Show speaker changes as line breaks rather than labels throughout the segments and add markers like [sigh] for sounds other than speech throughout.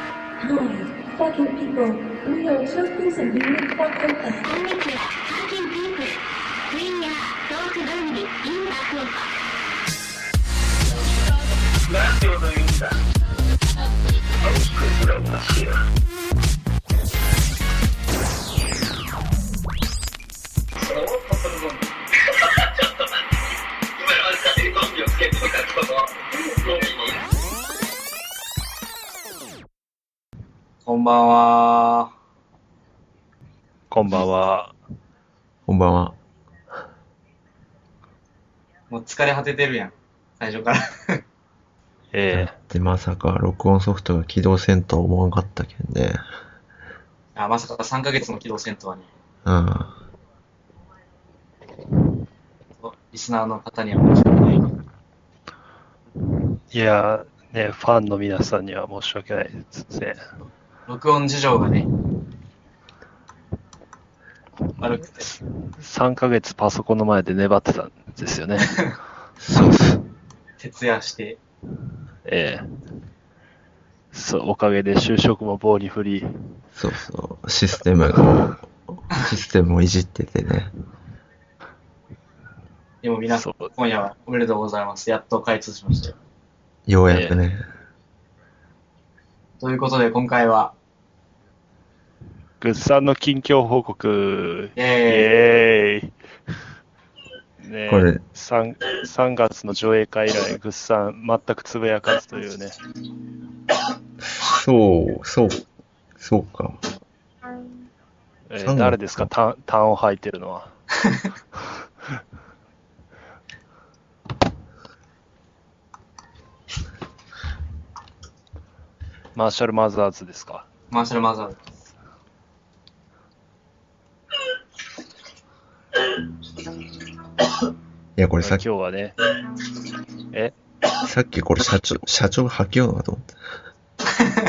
mind. Fucking people. We are choppers and we will fuck with us.
こんにちは、ハーキンピープル。We are トークゾンビ in 爆音。
こんばんは。
こんばんは。
こんばんは。
もう疲れ果ててるやん。最初から。 [laughs]
え
で、まさか録音ソフトが起動せんとは思わんかったけんね。
あ、まさか3ヶ月も起動せんとはね。
うん。
リスナーの方には申し訳ない。
えいやー、ね、ファンの皆さんには申し訳ないですね。
録音事情がね、悪くて。
3ヶ月パソコンの前で粘ってたんです
[laughs]
よね。
そうっす。
徹夜して。
ええそう、おかげで就職も棒に振り、
そうそう。システム [laughs] を、システムをいじっててね。
でも皆さん
そう、
今夜はおめでとうございます。やっと開通しましたよ。
ようやくね。
ということで今回は、
グッさんの近況報告、
イ
イ
エーイ
エーイ。ね
これ
3, 3月の上映会以来、グッさん全くつぶやかずというね。
そう、そう、そうか。
えー
三月
誰ですか、タンタンを履いてるの
[laughs]
は。マーシャル・マザーズですか。
マーシャルマザーズ。
いや、これさ
今
っき
日、はね、え
さっきこれ社長、社長吐きようなと思って。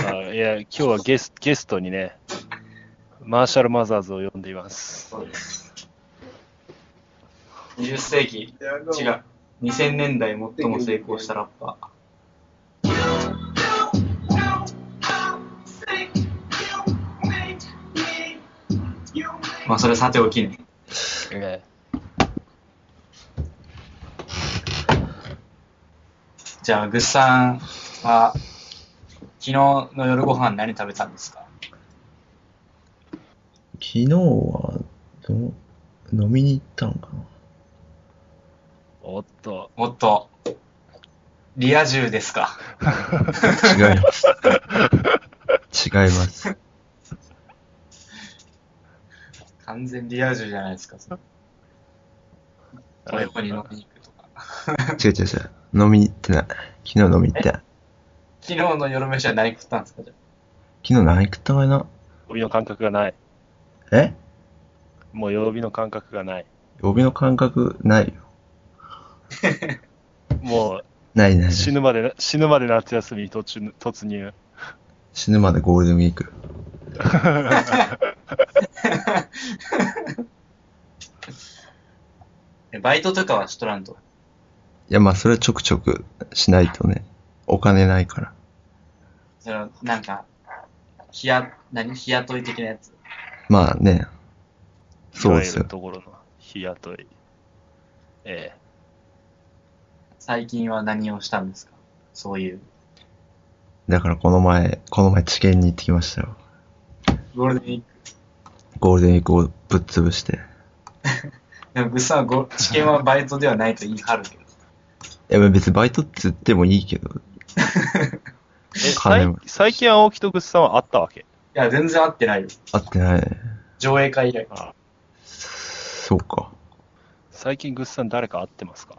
あいや、今日はゲスゲストにね、マーシャル・マザーズを呼んでいます。
そうです。20世紀、違う。2000年代最も成功したラッパー。まあそれさておきね。
え
じゃあ、ぐっさんは、昨日の夜ご飯何食べたんですか
昨日は、どう、飲みに行ったんかな。
おっと、
おっと、リア充ですか。
違い [laughs] ます。違います。
完全リア充じゃないですか。そのこれこに飲みに行くとか。
違う違う違う。飲みに行ってない。昨日飲みに行ってない。
昨日の夜飯は何食ったんですかじゃ
昨日何食ったかいな
曜日の感覚がない。
え
もう曜日の感覚がない。
曜日の感覚ないよ。
も
ないな
う
い。
死ぬまで、死ぬまで夏休みに途中突入。
死ぬまでゴールデンウィーク。
あバイトとかはしとらんと。
いや、まあ、それはちょくちょくしないとね。お金ないから。
そのなんか、日や、何日雇い的なやつ。
まあね。そうです
いわゆ
よ
る。ところの日雇い。え
最近は何をしたんですかそういう。
だからこの前、この前治験に行ってきましたよ。
ゴールデンウィーク。
ゴールデンウィークをぶっ潰して。い
でも、ぐっさんはゴ、試験はバイトではないと言い張るけど。
や、別にバイトって言ってもいいけど、
え。え
金
最
も
最近、青木とグッズさんは会ったわけ
いや、全然合ってないよ。
合ってないね。
上映会以来。
そうか。
最近、グッズさん誰か会ってますか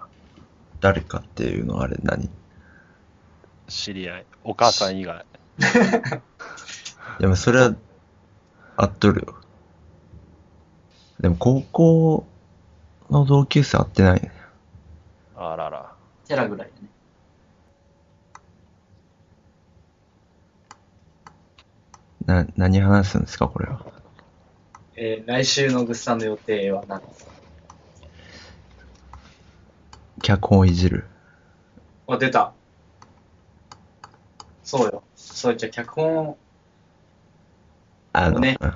誰かっていうのはあれ何い
知り合い。お母さん以外。
や、まあ、それは、合っとるよ。でも、高校の同級生合ってないね。
あらら。
テラぐらいでね。
な、何話すんですか、これは。
えー来週のぐっさんの予定は何ですか
脚本をいじる。
あ、出た。そうよ。そうじゃあ脚本を
あの、
ね
うん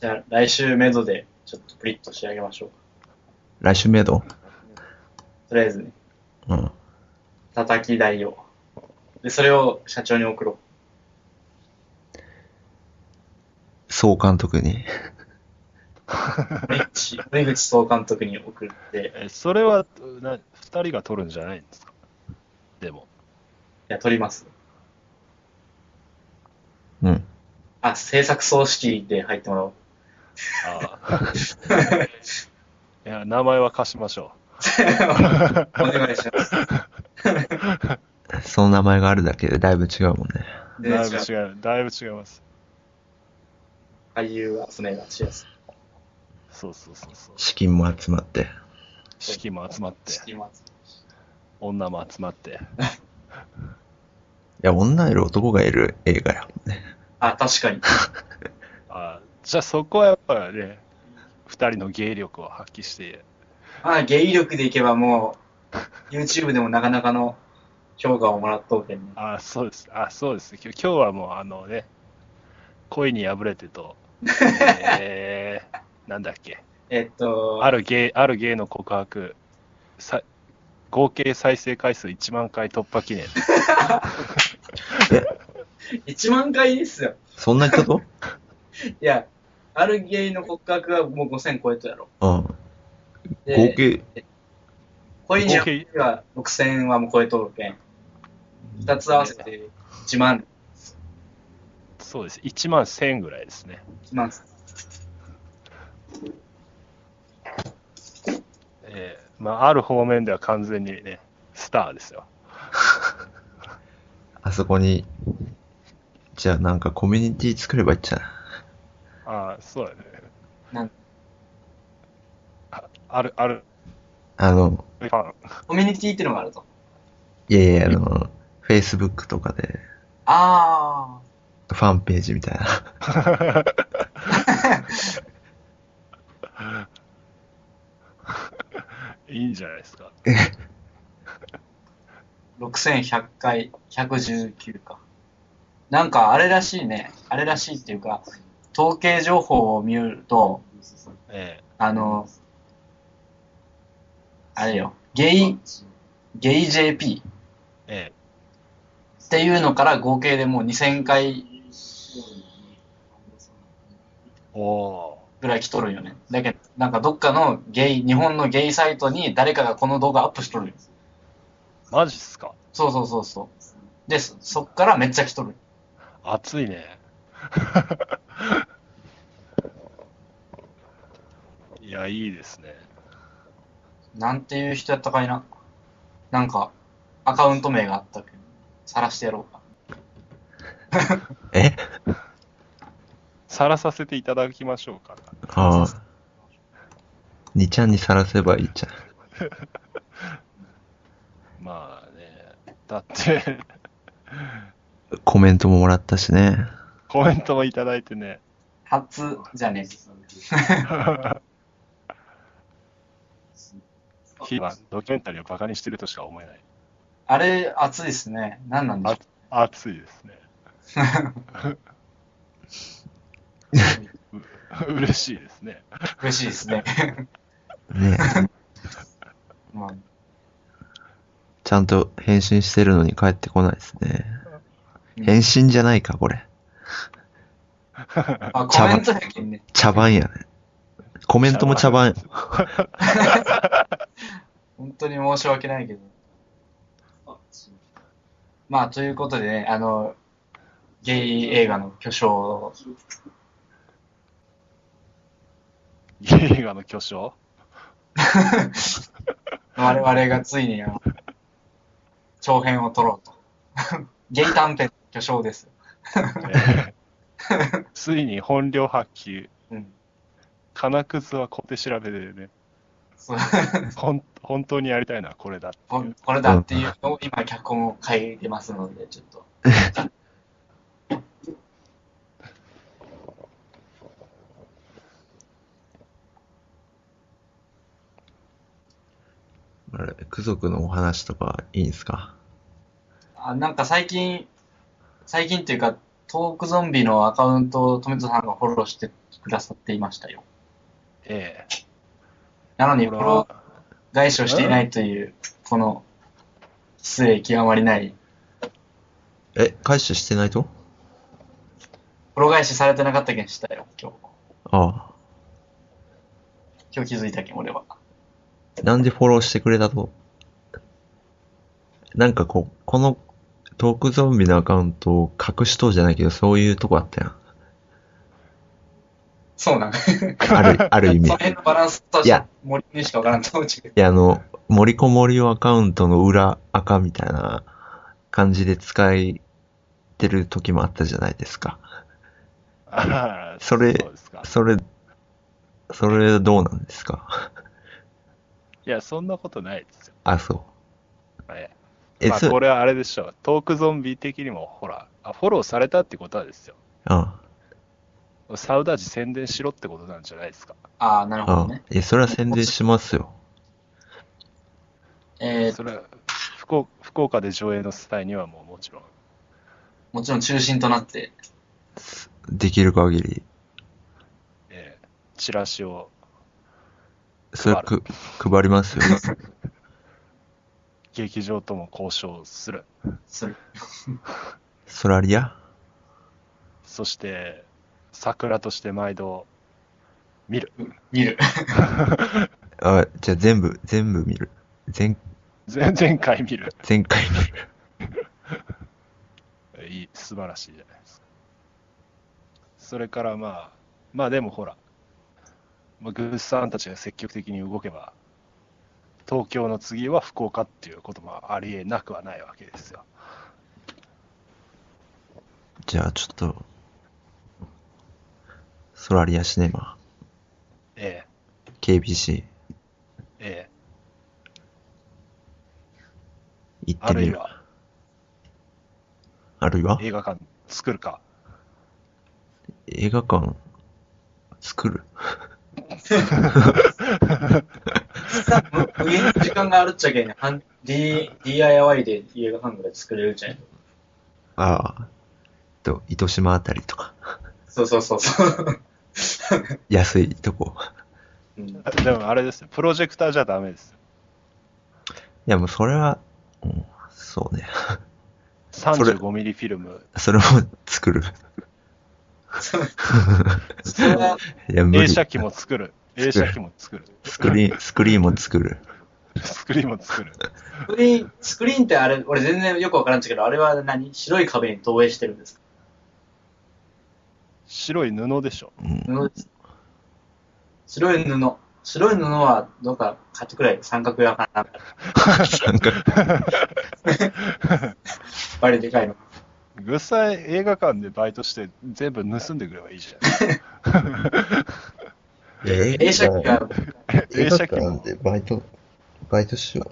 じゃあ、来週メドで、ちょっとプリッと仕上げましょう。
来週メイド
とりあえずね、
うん。
叩き台を。で、それを社長に送ろ
総監督に。
[laughs]
う。堀口堀口総監督に送って、
えそれはな2人が取るんじゃないんですかでも
いや、撮ります。
うん。
あ、制作総指揮で入ってもらおう。
あ [laughs] あいや名前は貸しましょ
お願いし
[laughs]
ます。
その名前があるだけでだいぶ違うもんね。
う
で
だいぶ
じゃ
違うだいぶ違います
あ俳優はそれがしやすい。
そうそうそうそう
資金も集まって。
資金も集まって
知ってます。
女も集まって
いや、女いる男がいる映画やもんね。
あ、確かに。
ああじゃあそこはやっぱりね2人の芸力を発揮して
まあ、芸力でいけばもう、YouTube でもなかなかの評価をもらっとうけんね。
ああそうですああそうです今日今日はもうあのね恋に破れて
[laughs]
とえー、なんだっけ
えっと、
ある芸、ある芸の告白、さ合計再生回数1万回突破記念。
1万回ですよ。
そんな人と
いや、あるゲイの骨格はもう5000超えたやろ。
うん。
で
合計、
恋に
合計
破れは6000はもう超えとるけん。2つ合わせて1万、
そうです。1万1000ぐらいですね。
1万。
えーまあ、ある方面では完全にね、スターですよ。
あそこに、じゃあなんかコミュニティ作ればいいんじゃない
ああ、そうだね。
なん
あある、ある、
あの、
ファン。
コミュニティっていうのがあると。
いやいや、あの、Facebook とかで、
あ
ファンページみたいな。
[laughs] いいんじゃないですか。
あ、6100回、119か。なんかあれらしいね。あれらしいっていうか、統計情報を見ると、
え
あの、あれよ、ゲイ、ゲイ JP
ー、え
っていうのから合計でもう2000回
ー、お
ぐらい来とるんよね。だけど、なんかどっかのゲイ、日本のゲイサイトに誰かがこの動画アップしとるよ。
ー、マジっすか。
そうそうそうそう。で、そそっからめっちゃ来とる。
暑いね。 [laughs] いや、いいですね。
なんていう人やったかいな。なんか、アカウント名があったけど、晒してやろうか。
え
さらさせていただきましょうか。
ああ。2ちゃんにさらせばいいじゃん。
まあね、だって、 [laughs]
コメントももらったしね。
コメントもいただいてね、
初じゃね
ひまあドキュメンタリーをバカにしてるとしか思えない。
あれ、熱いですね。何なんでしょう。
暑いで
[laughs]
すね。う嬉しいですね。
嬉しいです [laughs] ね。
ね
まあ
ちゃんと返信してるのに帰ってこないですね。返信じゃないか、これ。
あ、コメントやけんね。
茶番やね。コメントも茶番。
本当に申し訳ないけど。まあ、ということでね、あの、ゲイ映画の巨匠を、
映画の巨匠
我々がついに、あの長編を撮ろうと。 [laughs] ゲイ短編の巨匠です。 [laughs]
えーついに本領発揮、
うん。
金屑は小手調べでね、
そう
ほん本当にやりたいのはこれだって
こ
いう。
これだっていうのを今、脚本を書いてますので、ちょっと。
あれ、ク族のお話とかいいんすか
あなんか最近、最近っていうか、トークゾンビのアカウントを富田さんがフォローしてくださっていましたよ。
え
なのに、
え
フォロー外傷していないという、この、失礼極まりない、
え、開始してないと
フォロー返しされてなかったけんしたよ、今日。
あ
今日気づいたけん、俺は。
あ。なんでフォローしてくれたとなんかこう、このトークゾンビのアカウントを隠しとうじゃないけど、そういうとこあったやん。
そうなん。そ
ある、ある
[laughs]
意味。
の辺のバランスとし
い
て
や、
森にしかわからんと思うけど
いや、あの、森子森尾アカウントの裏赤みたいな感じで使いてる時もあったじゃないですか。
ああ
それ
そうですか。
それ、それどうなんですか
いや、そんなことないですよ。
あ、そう。
ええ
え、
まあ、
そ
これはあれでしょう。トークゾンビ的にも、ほら、あフォローされたってことはですよ。
あ
サウダージ宣伝しろってことなんじゃないですか。
ああ、なるほ
あ、
ど
あ
ね。
え、それは宣伝しますよ。
えー
それは福岡福岡で上映の際にはもうもちろん。
もちろん中心となって、
できる限り。
ええチラシを
それ
配
く、配りますよ。
劇場とも交渉する。
する。
ソラリア
そして、桜として毎度 [laughs] 見る。
見 [laughs] る。
あ、じゃあ全部、全部見る。全、
前前回見る。
全回見る。
いい、素晴らしいじゃないですか。それからまあ、まあでもほら、まあ、グースさんたちが積極的に動けば、東京の次は福岡っていうこともありえなくはないわけですよ。
じゃあちょっと、ソラリアシネマ、
え
KBC
え、ええ、
行っ
あ
て
る
み
い
る。
は
あるいは
映画館作るか。
映画館作る
家に時間があるっちゃけん、はん D、DIY で家が半ぐらい作れるじゃん。
ああ。と、糸島あたりとか。
そうそうそうそう。
安いとこ。
うん
あでもあれですよ、プロジェクターじゃダメですよ。
いやもうそれは、うん、そうね。れ
35ミリフィルム、
それも作る。
それはい
や無
映
理。
写機も作る、映写機も作る、
スクリーン、スクリーンも作る。
スクリーンも作る。
スクリーン、スクリーンってあれ、俺全然よくわからんっちゃけど、あれは何白い壁に投影してるんですか
白い布でしょ。
うん。
布です白い布。白い布はどうか買ってくれ。三角屋かなんか。
三角、
バリでかいの。
グッサイ映画館でバイトして全部盗んでくればいいじゃん。
映写機が、
映写機も、
でバイト、バイトしよ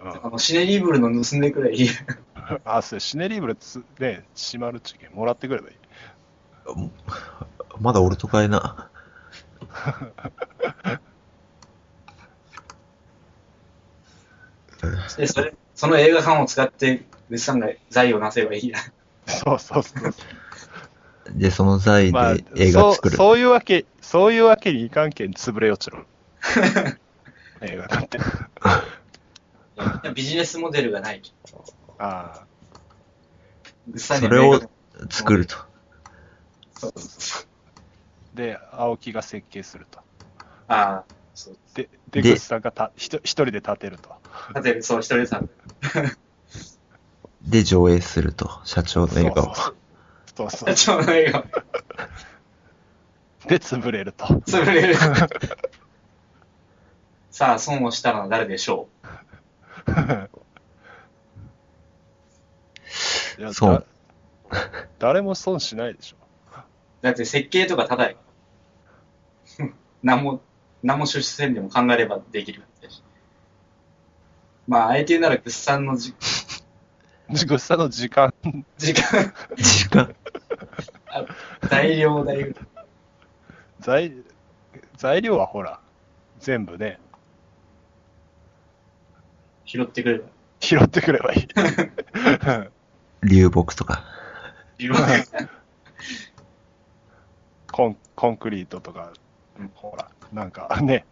う。
うん
あのシネリーブルの盗んでくれ。
[laughs]
いい
あ、そうシネリーブルつ、ね、閉まるっちゅうけんもらってくればいい。
まだ俺とかえな。
で、それ、その映画館を使って、グッさんが財をなせばいいや。
そうそうそうそ
で、その
う。
財
まあ
で、映
そ
画
う
作る。
そういうわけ、そういうわけにいかんけん潰れよち
[laughs]
ろ。映画館って。
いやビジネスモデルがない。
ああ、
グッさんに
それを
映画
作ると。
そうそうそう
で、青木が設計すると。
ああ、そう。
で、で、
で
グッさんがたひと一人で建てると。
だって、そう、一人でさん。
で、上映すると。社長の映画を。
そうそう
社長の映画、
で、潰れると。 [laughs]
潰れ
[laughs]
る。さあ、損をしたのは誰でしょ
いや
そう
だ誰も損しないでしょ。
うだって、設計とかただや。 [laughs] 何も、何も出資せんでも考えればできるわけだし。まあ、あえて言うなら、グッさんのじ
グッサの時間、
時間、
[laughs] 時間。
あ大量大量。
材材料はほら、全部ね、
拾ってくれる。
拾ってくればいい。
流木とか。
流木。
[laughs] コンコンクリートとか
うん、
ほら、なんかね、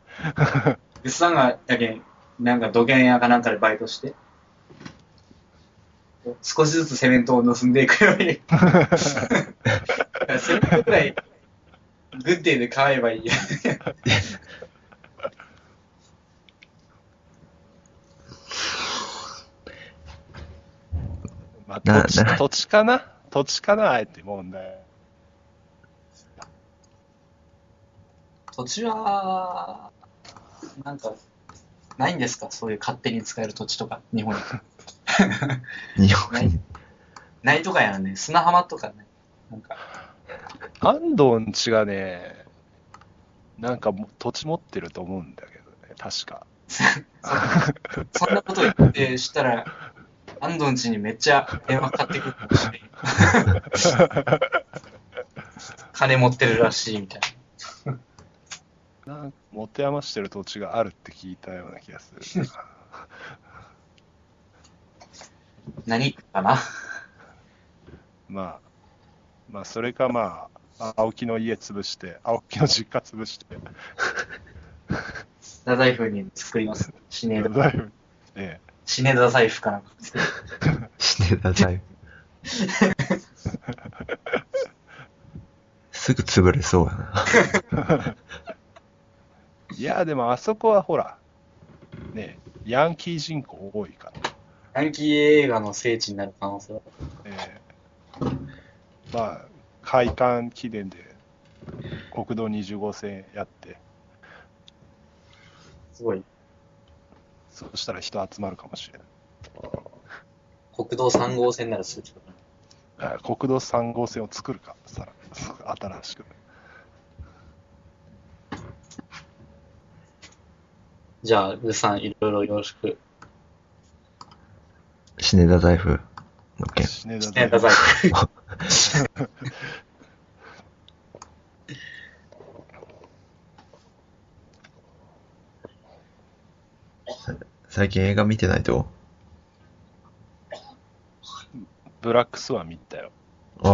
ぐっさんが、やけん、なんか土源屋かなんかでバイトして、少しずつセメントを盗んでいくように。セメントくらい、グッデイで買えばいいや。
まあ、
な
土地
な
土地かな土地かなあえて問題。
土地は、なんか、ないんですかそういう勝手に使える土地とか、日本に。
日本に。
ないとかやらね、砂浜とかね。なんか、
安藤んちがね、なんかも土地持ってると思うんだけどね、確か。
そんなこと言ってしたら、安藤んちにめっちゃ電話かかってくるかもしれん金持ってるらしいみたいな。
なんか持て余してる土地があるって聞いたような気がする。
[laughs]
何かな
まあ、まあ、それかまあ、青木の家潰して、青木の実家潰
[laughs]
して、
太宰府に作ります。シネダ、
だいぶええ
シネダ財布かなんか。
してた [laughs] 財布。すぐ潰れそうやな。
いや、でもあそこはほら、ねえ、ヤンキー人口多いから。
ヤンキー映画の聖地になる可能性は。
ええまあ、開館記念で国道25線やって、
すごい。
そしたら人集まるかもしれない。
国道3号線ならするけどな
あ国道3号線を作るか、さら新しく。
じゃあ、グーさん、いろいろよろしく。
シネダ財布の件。
シネ
シ
ダ
ネダ財布。
最近映画見てないと
ブラックスワン見たよ。
あ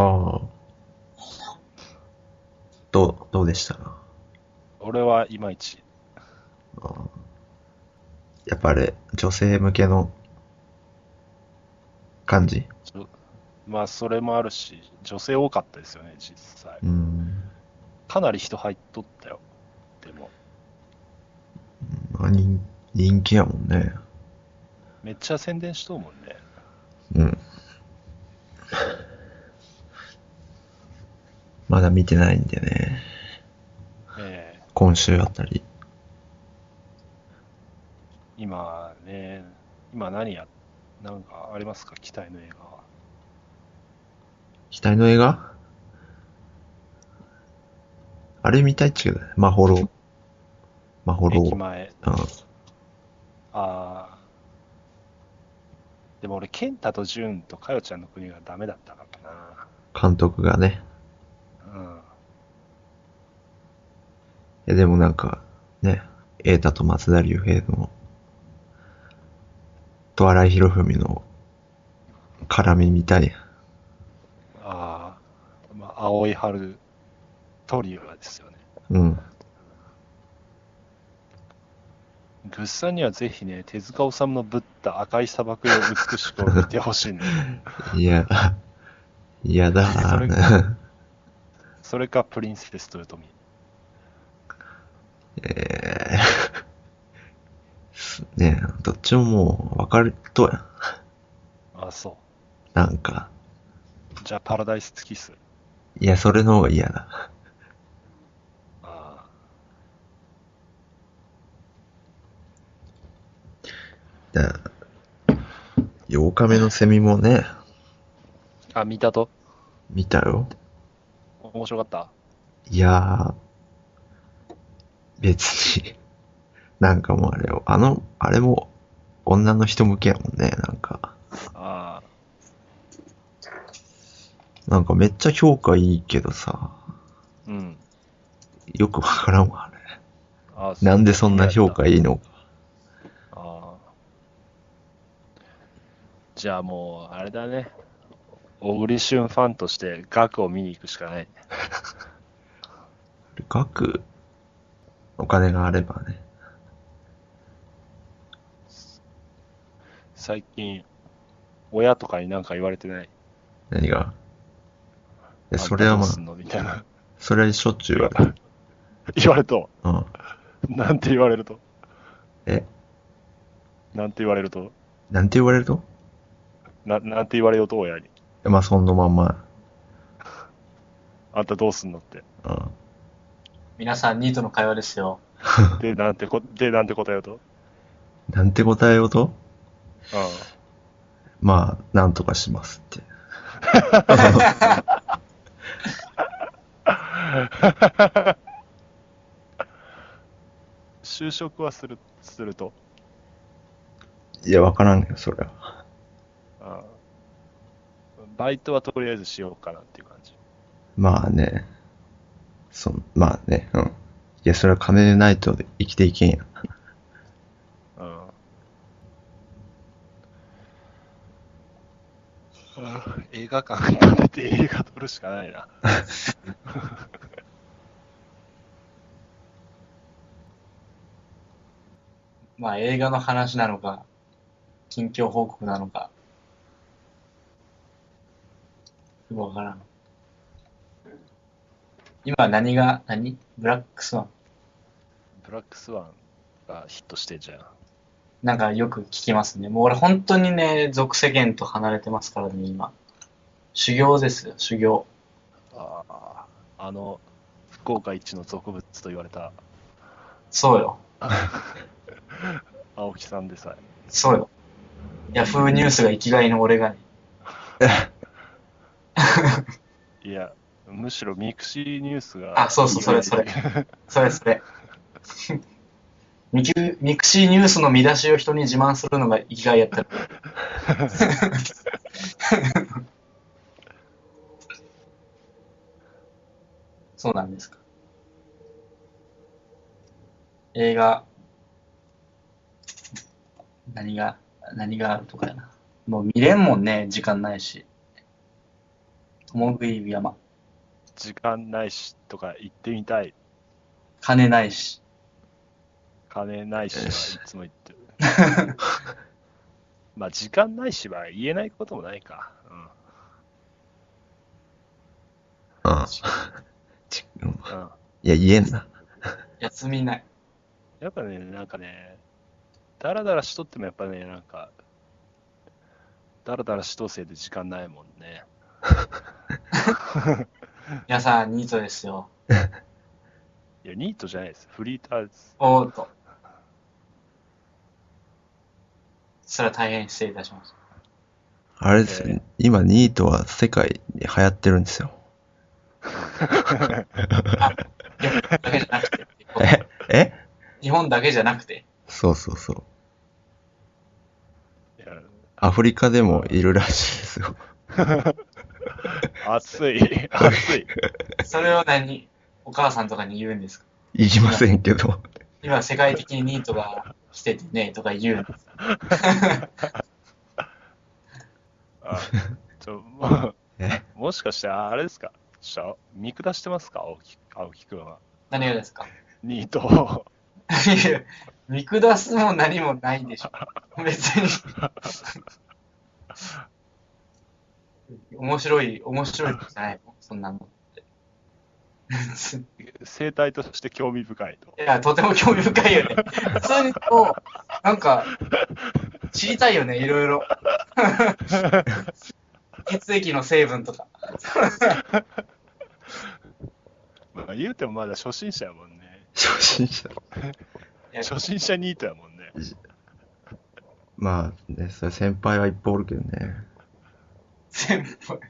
あ。どう、どうでした
俺はいまいち。
あーやっぱあれ、女性向けの感じ
ちょまあ、それもあるし、女性多かったですよね、実際
う。ん。
かなり人入っとったよ。でも、
まあ、人人気やもんね。
めっちゃ宣伝しとうもんね。
うん。まだ見てないんでね。
ええ
今週あたり。
今ね、今何や、なんかありますか、期待の映画は。
期待の映画あれ見たいっちゅうけどね。まほろ。まほろ。
駅
うん。
前。ああ。でも俺、健太と潤とかよちゃんの国がダメだったから
監督がね。
な。うん。
いやでもなんか、ね、瑛太と松田龍平の、と荒井博文の絡みみたいや
ああ。まあ、青い春トリオですよね。
うん。
ぐっさんにはぜひね、手塚治虫のぶった赤い砂漠を美しく見てほしいね。
[laughs] いや、いやだ
それ
な。
それか、プリンセスというとみ。
[laughs] えー、 [laughs] ねえどっちももう分かるとや。
あ、そ
なんか、
う。じゃあ、パラダイスキス。
いや、それの方が嫌だ。
あ
だ8日目のセミもね、
あ。あ、見たと
見たよ。
面白かった
いやー、別に、なんかもうあれを、あの、あれも女の人向けやもんね、なんか。
ああ。
なんかめっちゃ評価いいけどさ、
うん。
よくわからんわ、あれ。
あそう
なんでそんな評価いいのか。
ああ。じゃあもう、あれだね。小栗旬ファンとして額を見に行くしかない。
額、お金があればね。
最近、親とかになんか言われてない。
何が
あ
いや、
んた
それはま
どう
あ
す、んのみたいな。 [laughs]
それはしょっちゅう言われる。
言われると、
うん。
なんて言われると、
え、
なんて言われると、
なんて言われると
ななんて言われようと親に。
まあ、そのまんま。
あんたどうすんのって。
うん。
皆さん、ニートの会話ですよ。
で、なんてこ、で、なんて答えようと。うん。
なんて答えようとまあ、なんとかしますって。
就職はする、すると。
いや、わからんよ、それは。
あバイトはとりあえずしようかなっていう感じ。
まあね。そん、まあね、うん。いや、それは金でないと生きていけんや。
うん。映画館に立てて映画撮るしかないな。
まあ、映画の話なのか、近況報告なのか、よくわからん。今何が、何ブラックスワン。
ブラックスワンがヒットしてんじゃん。
なんかよく聞きますね。もう俺本当にね、俗世間と離れてますからね、今。修行ですよ、修行。
ああ、あの、福岡一の俗物と言われ
[laughs]
た
そうよ、
青木さんでさえ。
そうよ。ヤフーニュースが生きがいの俺がね、
いや、むしろミクシーニュースが。
あそうそうそれそれそれそれ。ミクミクシーニュースの見出しを人に自慢するのが生きがいやったら。そうなんですか。映画、何が、何があるとかやな。もう見れんもんね、時間ないし。共食い山。
時間ないしとか行ってみたい。
金ないし。
金ないし
よ
は
し
いつも言ってる。まあ時間ないしは言えないこともないか。
うん。ちうん
うん。うん、
いや、言えんな。
休みない。
やっぱね、なんかね、だらだらしとってもやっぱね、なんか、だらだらしとうせいで時間ないもんね。
皆さん、ニートですよ。
いや、ニートじゃないです。フリーターです。
おーっと。それは大変失礼いたしました。
あれですよ、
えー
今、ニートは世界に流行ってるんですよ。
日本だけじゃなくて。
[laughs] ええ
日本だけじゃなくて。
そうそうそう。
いや
アフリカでもいるらしいですよ。
暑い、暑い。
それを何お母さんとかに言うんですか
言いませんけど。
今、世界的にニートが来ててね、とか言うんです。
あちょも
え
うもしかして、あれですかちょ見下してますか青木青木くんは。
何がですか [laughs]
ニートを。
いや見下すも何もないでしょ。別に。面白い、面白いじゃないもんそんなのって。
生態として興味深いと。
いや、とても興味深いよね。普通にこう、なんか、知りたいよね、いろいろ。血液の成分とか。
まあ、言うてもまだ初心者やもんね。
初心者。
いや
初心者ニートやもんね。
まあね、それ先輩はいっぱいおるけどね。
全部。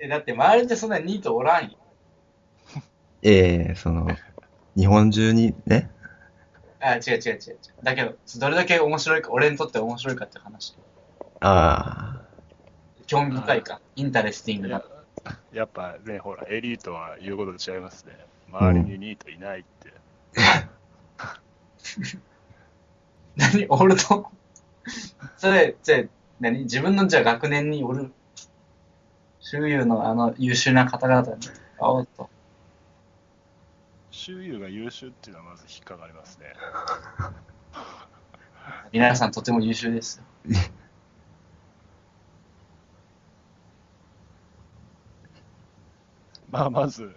え、だって周りでそんなニートおらんよ。
ええその、日本中にね、
あ、違う違う違う違う。だけど、どれだけ面白いか、俺にとって面白いかって話。
ああ、
興味深いか。インタレスティング
や
な。
やっぱね、ほら、エリートは言うことと違いますね。周りにニートいないって。
何俺と。それ、じゃあ何自分のじゃあ学年におる、周遊のあの優秀な方々に会おうと。
周遊が優秀っていうのはまず引っかかりま
[laughs]
すね。
皆さんとても優秀ですよ。
まあ、まず、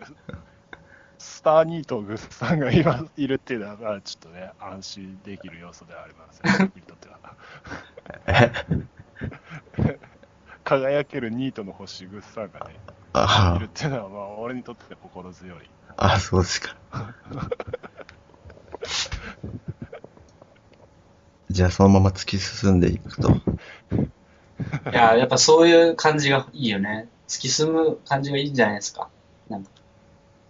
スターニートグッさんが今いるっていうのは、まあ、ちょっとね、安心できる要素ではあります
[laughs]
ね、僕にとっては。 [laughs]
え
輝けるニートの星グッさんがね、いるっ
あ
ていうのは、まあ、俺にとって心強い。
あ、あ、そうです [laughs] か。じゃあそのまま突き進んでいくと。
いや、やっぱそういう感じがいいよね。突き進む感じがいいんじゃないですか。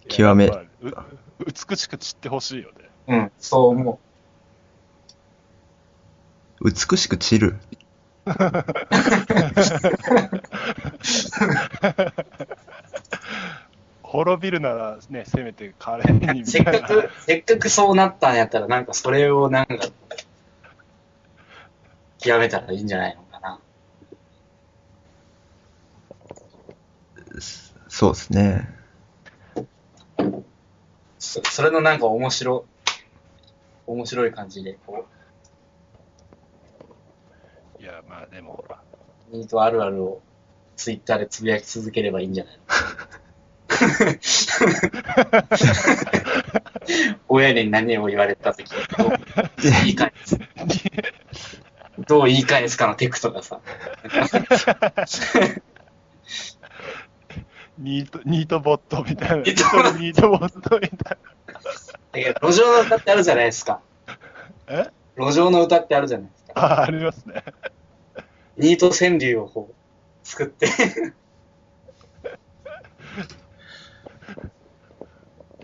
極め
いやまあう美しく散ってほしいよね。
うん、そう思
美しく散る。
滅びるならね、せめて華麗に
う。
み
せった
い
か [laughs]
な。
く、せっかくそうなったんやったら、なんかそれをなんか、極めたらいいんじゃないのかな。
すそうですね。
そそれのなんか面白、面白い感じで、こ
いや、まあで
[laughs]
もほら、
う、ニートあるあるをツイッターでつぶやき続ければいいんじゃないの親に何を言われたとき、どう言い返すどう言い返すかのテクとかさ。
ニート、ニートボットみたいな。
ニートボット
ニートボットみたい
だけど路上の歌ってあるじゃないですか。
な。え
路上の歌ってあるじゃないですか。
あ、ありますね。
ニート川柳をこう、作って。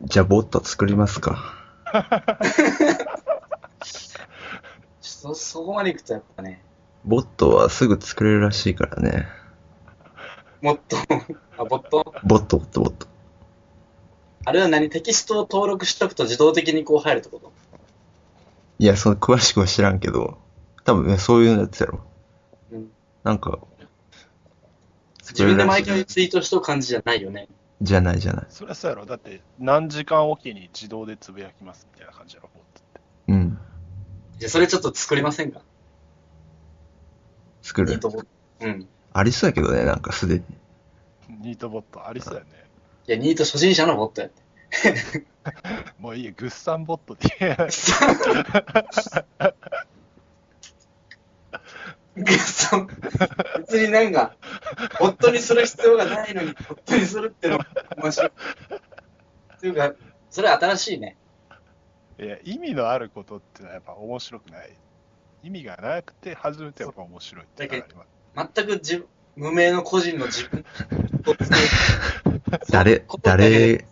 じゃあボット作りますか。
そ、そこまでいくとやっぱね、
ボットはすぐ作れるらしいからね。
もっと、あ、ボット
ボット、ボット、ボット。
あれは何テキストを登録しとくと自動的にこう入るってこと
いや、その詳しくは知らんけど、多分ね、そういうやつやろ。
うん。
なんか、
自分で毎回ツイートしとく感じじゃないよね。
じゃないじゃない。
そりゃそうやろ。だって、何時間おきに自動でつぶやきますみたいな感じやろ。ボットって
うん。
じゃあそれちょっと作りませんか
作
ニー
る
ト。ボット。うん。い
ありそうやけどね、なんかすでに。
ニートボットありそうやね。
や、ニート初心者のボットやって。
もういいよ、グッサンボットで。
そう別になんか、ボットにする必要がないのに、ボットにするってのが面白い。というか、それは新しいね。
いや、意味のあることってのはやっぱ面白くない。意味がなくて初めてやっぱ面白いっていうのがあります。
全く自分無名の個人の自分を作る
誰
こ、こだけで
誰、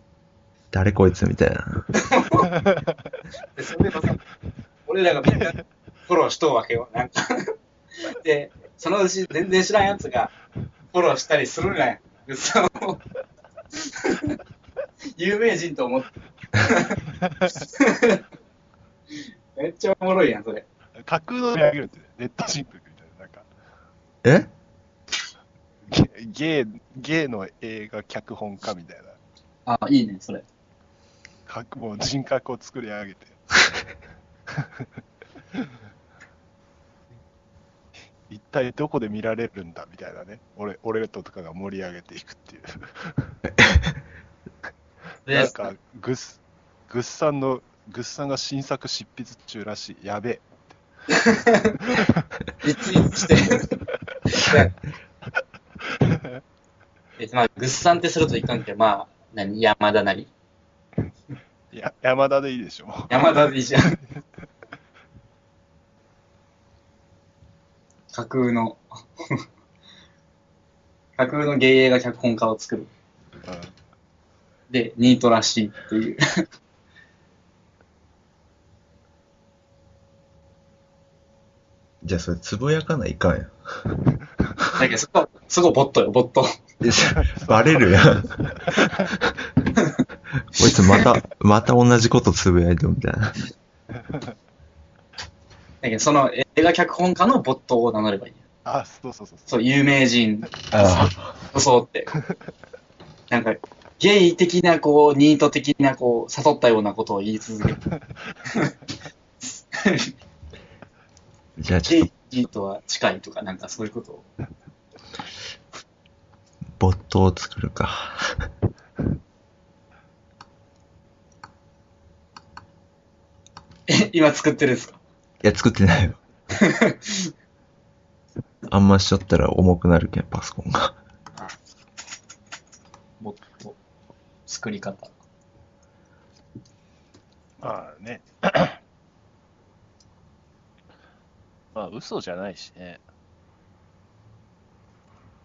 誰こいつみたいな。
でそれでまた俺らがみんなフォローしとうわけよ。なん [laughs] かで、そのうち全然知らんやつがフォローしたりするなんや。そう。有名人と思 [laughs] って。めっちゃおもろいやん、それ。
架空ので上げるって、ネットシンクみたいな。なんか
え
ゲゲイ、ゲイの映画脚本家みたいな。
あ、いいね、それ。
かもう人格を作り上げて。一体どこで見られるんだみたいなね。俺、俺らととかが盛り上げていくっていう。なんか、グッス、グッさんの、グッさんが新作執筆中らしい。やべえ。
リツイートして。 [laughs] えまあ、ぐっさんってするといかんけど、まあ、何山田なり
いや、山田でいいでしょ。もう
山田でいいじゃん。架空の、 [laughs] 架空の芸映画脚本家を作る。
うん
で、ニートらしいっていう。
じゃあそれつぶやかないかんや。
だけど、そこ、そこボットよ、ボット。
えそ [laughs] バレるや [laughs] ん。こいつまた、また同じことつぶやいてるみたいな。
だけど、その映画脚本家のボットを名乗ればいいよ。
あ、そうそうそうそ
そう、有名人
あ
装って。なんか、ゲイ的な、こう、ニート的な、こう、悟ったようなことを言い続け [laughs] る。
ーじゃあち
ゲ
ょっ
イ、ニートは近いとか、なんかそういうことを。
と、ボットを作るか。
え、 [laughs] 今作ってるんですか
いや、作ってない [laughs] よ。あんましちゃったら重くなるけん、パソコンが。
もっと、作り方。
う。まあね。まあ、嘘じゃないしね。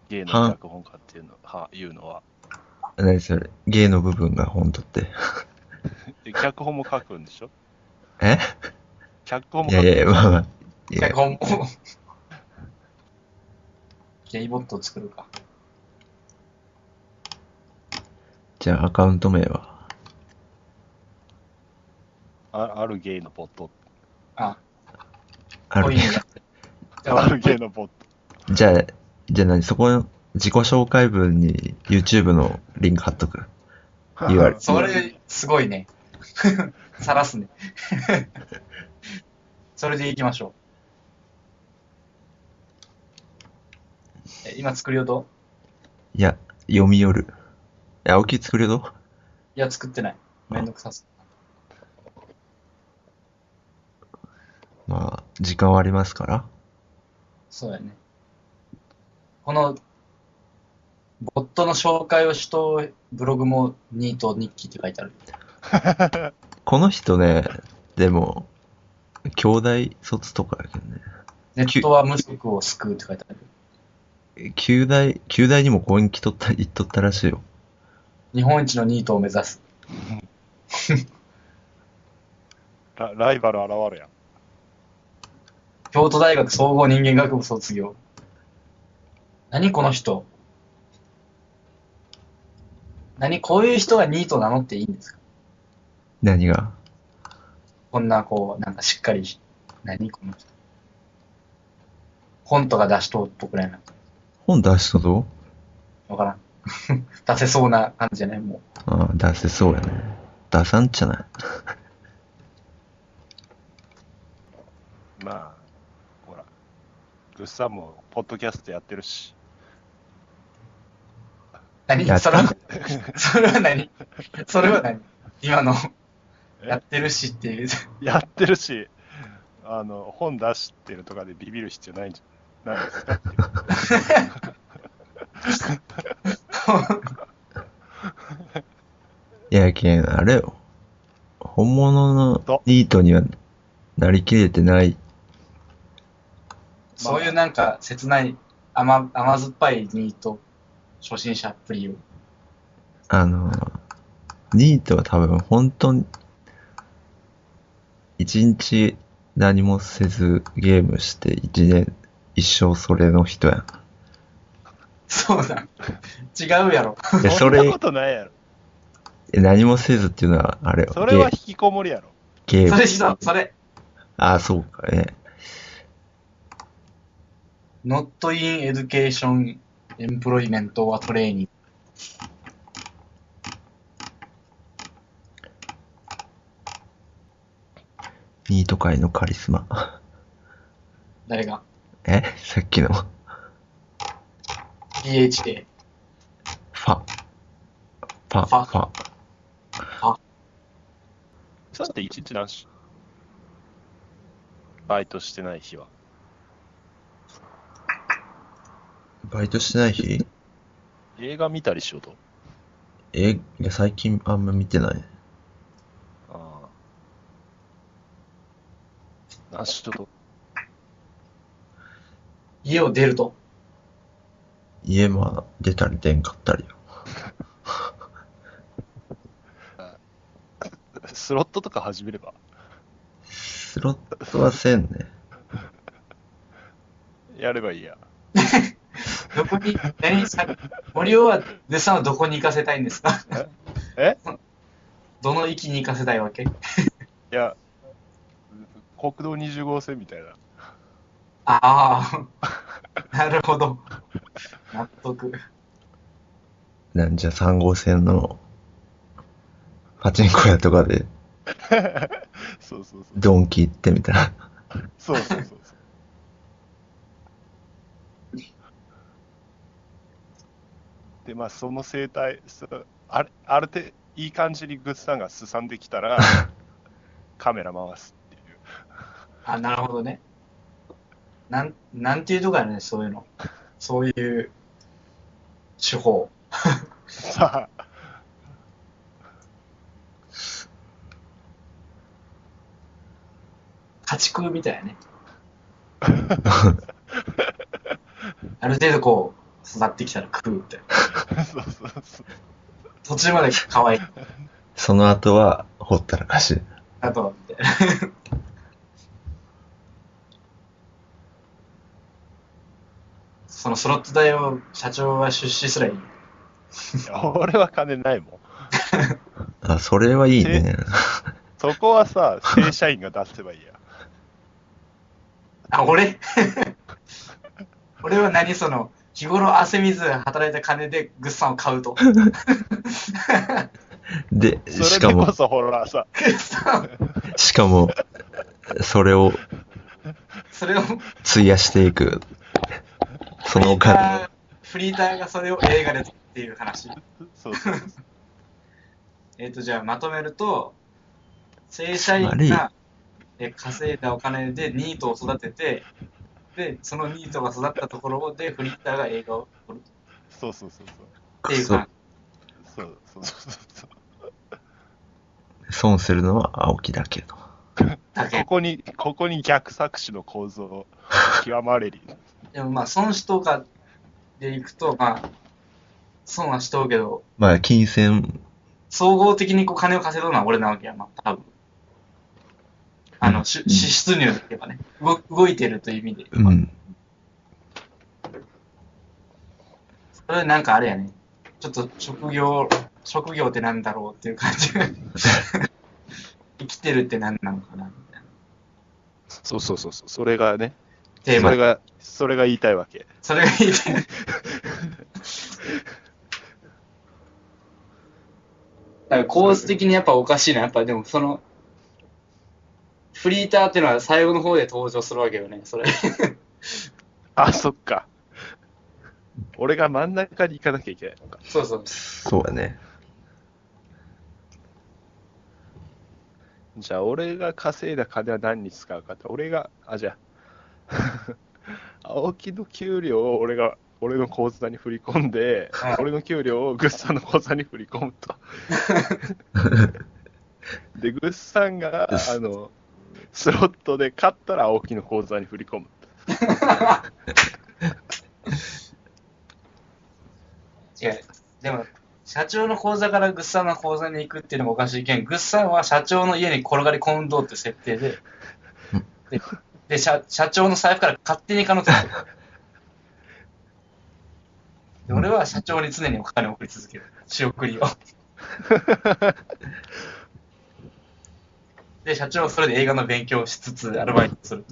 芸の脚本家っていうのは、いうのは。
何それ芸の部分が本当って。
で、脚本も書くんでしょ
え
脚本も
い
書
や
く。
いやいや、まあまあ。いや
脚、本も。ゲイボットを作るか。
じゃあアカウント名は
ああるゲイのボット。
あ、
あ
こう
る
いうのがじゃ
あ
あ
るゲイのボット。
じゃあ、じゃあ何そこの自己紹介文に YouTube のリンク貼っとく。言われて
それ、すごいね。 [laughs] さらすね。 [laughs] それでいきましょう。え今作りようと
いや、読み寄る。え、青木作るぞ。
いや、作ってない。めんどくさそう。
まあ、時間はありますから。
そうやね。この、ボットの紹介をしと、ブログもニート日記って書いてある。
この人ね、でも、兄弟卒とかやけどね。
ネットは無職を救うって書いてある。
え旧大、旧大にも講演来とった、行っとったらしいよ。
日本一のニートを目指す。
ラライバル現るやん。
京都大学総合人間学部卒業。何この人何こういう人がニートなのっていいんですか
何が
こんなこう、なんかしっかりし、何この人。本とか出しとっとくらいなんか、
本出しとぞ。
わからん。 [laughs] 出せそうな感じじゃないもう。
ああ、出せそうやね。出さんじゃない。
まあ、ほら。グッサンも、ポッドキャストやってるし。
何
やっ
そ
た
れは、 [laughs] それは何それは何今の、
え
やってるしっていう。
[laughs] やってるし、あの、本出してるとかでビビる必要ないんじゃないですかっていう
いやけん、あれよ。本物の
と
ニートにはなりきれてない。
そういうなんか切ない甘甘酸っぱいニート初心者っぷりを。
あの、ニートは多分本当に、一日何もせずゲームして一年、一生それの
[laughs]
人や
そうだ。違うやろ。
な。いや、
そ
そ
んな
れ
こ、とないやろ。
え何もせずっていうのは、あれよ。
それは
ゲ
引きこもりやろ。
ゲー
そ
ム
れ。しろ、それ。
ああ、そうかね。
Not in Education Employment or Training。
ニート界のカリスマ。 [laughs]
誰が
えさっきの、フ
?PHA。
ァ。パ、
ファ
ファ。
さて、一日何しバイトしてない日は。
バイトしてない日
映画見たりしようと。
え、いや最近あんま見てない。
ああ。何しようと。
家を出ると。
家まあ出たり出んかったりよ。
スロットとか始めれば。
スロットはせんね。
やればいいや。
どこに、何さ、森尾は、でさんはどこに行かせたいんですか
え
[laughs] どの域に行かせたいわけ
いや、国道20号線みたいな。
ああ。 [laughs] なるほど。納得。
なんじゃ3号線のパチンコ屋とかで
そうそうそう。
ドンキ行ってみたら、
そうそうそうそう。で、まあ、その生態、そあれ、ある程度、いい感じにグッズさんがすさんできた
[laughs]
ら、カメラ回すっていう。
あ、なるほどね。なん、なんていうとこやね、そういうの。そういう手法。
さあ、 [laughs]
家畜みたいやね。ある程度こう、育ってきたら食うみたいな。
そうそうそう。
途中まで可愛い。
[laughs] その後はほったらかし。
あとは、みたいな。 [laughs] そのスロット代を社長は出資すらいい。
いや俺は金ないもん。
あ、それはいいね。
そこはさ、正社員が出せばいいや。
あ、俺 [laughs] 俺は何その、日頃汗水働いた金でグッサンを買うと。グ
で、 [laughs] し
それ
か
で
も
こ、そほらさ、
ッサン、
しかも、それを
それを、
費やしていく。そのお金を。
フリーターがそれを映画で撮るっていう話。
そうそうそう。
えっ、と、じゃあまとめると、正社員がえ稼いだお金でニートを育てて、で、そのニートが育ったところでフリーターが映画を撮る
そうそうそうそう。
っていう
そう
か、
そうそうそうそ
[laughs]
う。
損するのは青木だけど。
だ
こ
け。
こに、ここに逆作詞の構造、極まれり。
でもまあ、損しとかでいくと、まあ、損はしとうけど、
まあ、金銭、
総合的にこう金を稼いだのは俺なわけや、まあ、多分。あの、し支出入といえばね、動動いてるという意味で。
うん。
それなんかあれやね。ちょっと職業、職業ってなんだろうっていう感
[laughs]
じが。生きてるって何なのかなみたいな。
そうそうそうそう。それがね、
テー
そ
マ
れ。が、それが言いたいわけ。
それがいい
[laughs]
ね。なんか構図的にやっぱおかしいな。やっぱでもその、フリーターっていうのは最後の方で登場するわけよね。それ。
あ、そっか。俺が真ん中に行かなきゃいけないのか。
そうそう。
そうだね。
じゃあ、俺が稼いだ金は何に使うかって、俺が、あ、 [laughs] じゃあ、青木の給料を俺が、俺の口座に振り込んで
はい、
俺の給料をグッさんの口座に振り込む
[laughs]
と。で、グッさんが、あの、スロットで勝ったら青木の口座に振り
[laughs]
込む。 [laughs]
違う。でも、社長の口座からグッサンの口座に行くっていうのもおかしいけん、グッサンは社長の家に転がり込んどうって設定で、で、で社社長の財布から勝手に可能性で俺は社長に常にお金を送り続ける。仕送りを。で、社長はそれで映画の勉強をしつつ、アルバイトする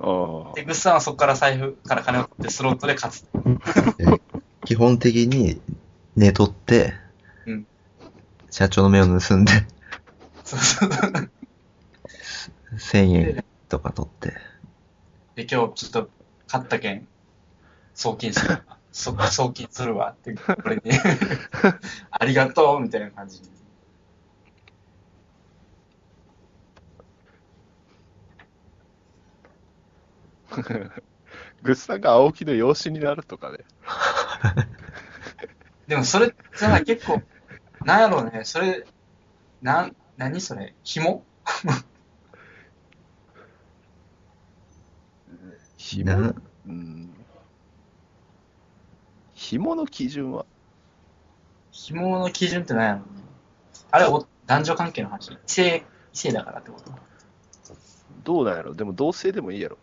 と。
あ
で、グッサンはそこから財布から金を取って、スロットで勝つ。
え基本的に寝取って、
うん
社長の目を盗んで、
そうそう
1000円とか取って、
で、今日ちょっと勝ったけん、送金する [laughs] わ。そ送金するわって、これに、 [laughs] ありがとうみたいな感じに。
[laughs] グッさんが青木の養子になるとかね。
でもそれじゃない、結構、なんやろうね、それ、なん、何それ、紐
紐
な
うん。紐の基準は
紐の基準ってなんやろうね。あれ、お男女関係の話異性、異性だからってこと
どうなんやろでも同性でもいいやろ。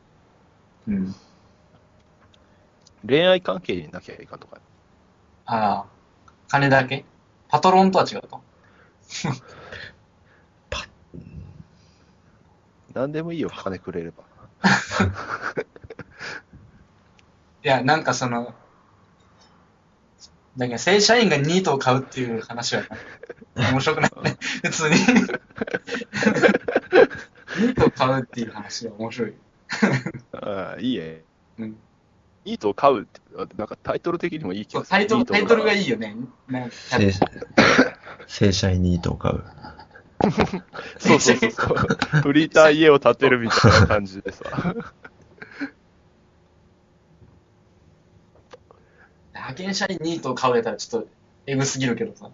うん。
恋愛関係になきゃいかんとか。
ああ、金だけパトロンとは違うと。
何でもいいよ、金くれれば。
いや、なんかその、だけど正社員がニートを買うっていう話は、面白くないね。普通に。ニートを買うっていう話は面白い。
ああ、いいえ。
うん、
ニートを飼うって、あなんかタイトル的にもいい気
そう
がする。
タイトル、
ニー
タイトルが
い。
いいよね。なんか
正社正社員にいいと買う。
そうそうそうそう。フリーター家を建てるみたいな感じで [laughs] さ。
派遣社員ニートを買うやったらちょっとエグすぎるけどさ。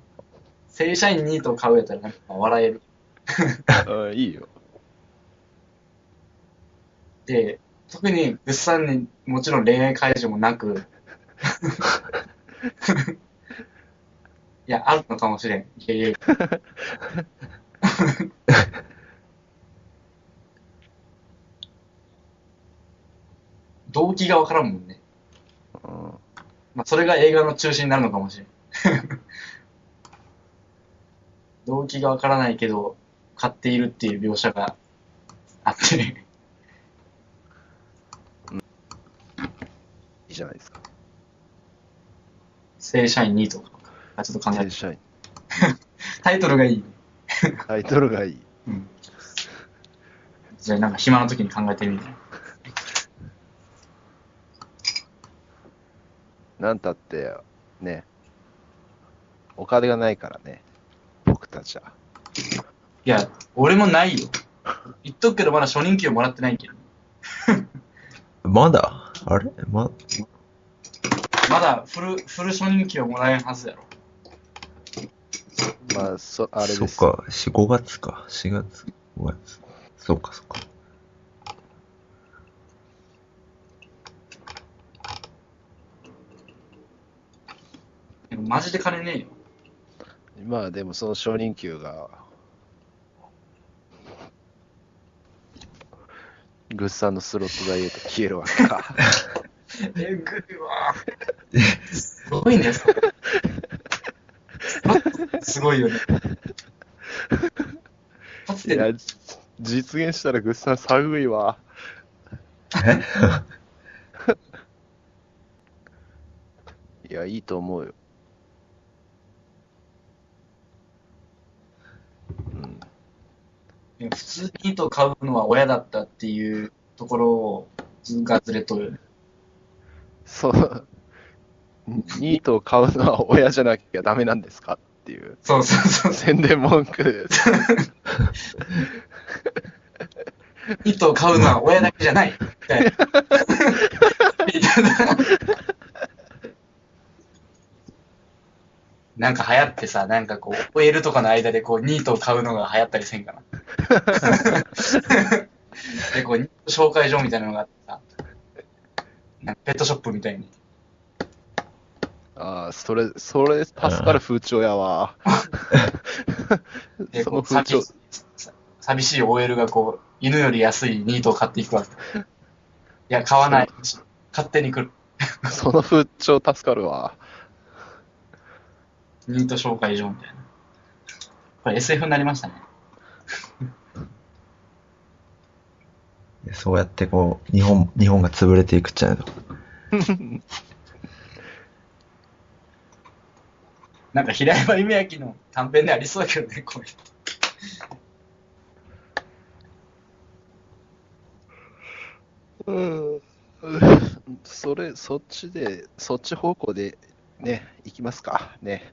正社員ニートを買うやったらなんか笑える。
うん、いいよ。
で、特にぐっさんにもちろん恋愛解除もなく、いや、あるのかもしれん。いやいや [laughs] 動機がわからんもんね。
うん
まあ、それが映画の中心になるのかもしれん。 [laughs] 動機がわからないけど、買っているっていう描写があって。
いいじゃないですか。
正社員ニートあ、ちょっと考え
正
て。
社員。
タイトルがいい。
タイトルがいい。
うん。じゃあなんか暇な時に考えてみる。
なんたって、ね。お金がないからね。僕たちは。
いや、俺もないよ。言っとくけどまだ初任給もらってないけど。
まだあれま、
まだフル、フル初任給はもらえんはずやろ。
まあ、そ、あれ
そ
で
っ
す。
か、4、5月か。4月、5月。そっかそっか。
でもマジで金ねえよ。
まあ、でもその承認給が、グッさんのスロットダイエット消えるわけか。
[laughs]
えぐいわ。すごいね、それすごいよね。かつ
い
て
や、じ実現したらグッさん寒いわ。
え [laughs]
いや、いいと思うよ。うん、
普通に糸を買うのは親だったっていうところをがずれとる。
そう、ニートを買うのは親じゃなきゃダメなんですかっていう
そうそうそうそ
宣伝文句です。
う。 [laughs] 糸を買うのは親だけじゃない。みたいな。みたいななんか流行ってさ、なんかこう、OL とかの間でこう、ニートを買うのが流行ったりせんかな。で、こう、ニート紹介所みたいなのがあってさ、なんかペットショップみたいに。
ああ、それ、それ、助かる風潮やわ。
で、
そ
こ
の
う
風
寂し、
潮
寂しい OL がこう、犬より安いニートを買っていくわけ。い
[laughs]
や、買わない。勝手に来る。
その風潮助かるわ。
ニート紹介所みたいな。これ SF になりましたね。
そうやってこう、日本、日本が潰れていくっちゃうの。
なんか平山夢明の短編でありそうだけどね、こういうの。
うん、それ、そっちで、そっち方向で、ね、行きますか、ね。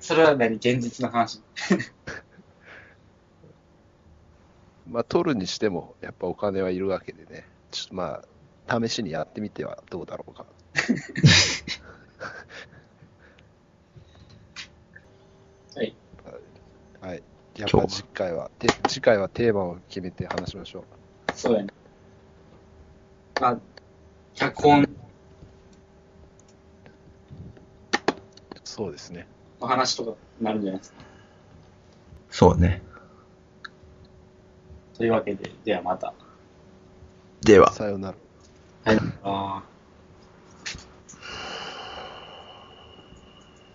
それは何現実の話。
まあ、取るにしても、やっぱお金はいるわけでね、ちょっとまあ、試しにやってみてはどうだろうか。
[laughs] はい。
はい。やっぱ
今日
次回は、て次回はテーマを決めて話しましょ
そうやね。まあ、脚本
う。そうですね。
の話とかになるんじゃないですか。
そうね。
というわけで、ではまた。
では。
さようなら。
はい。あー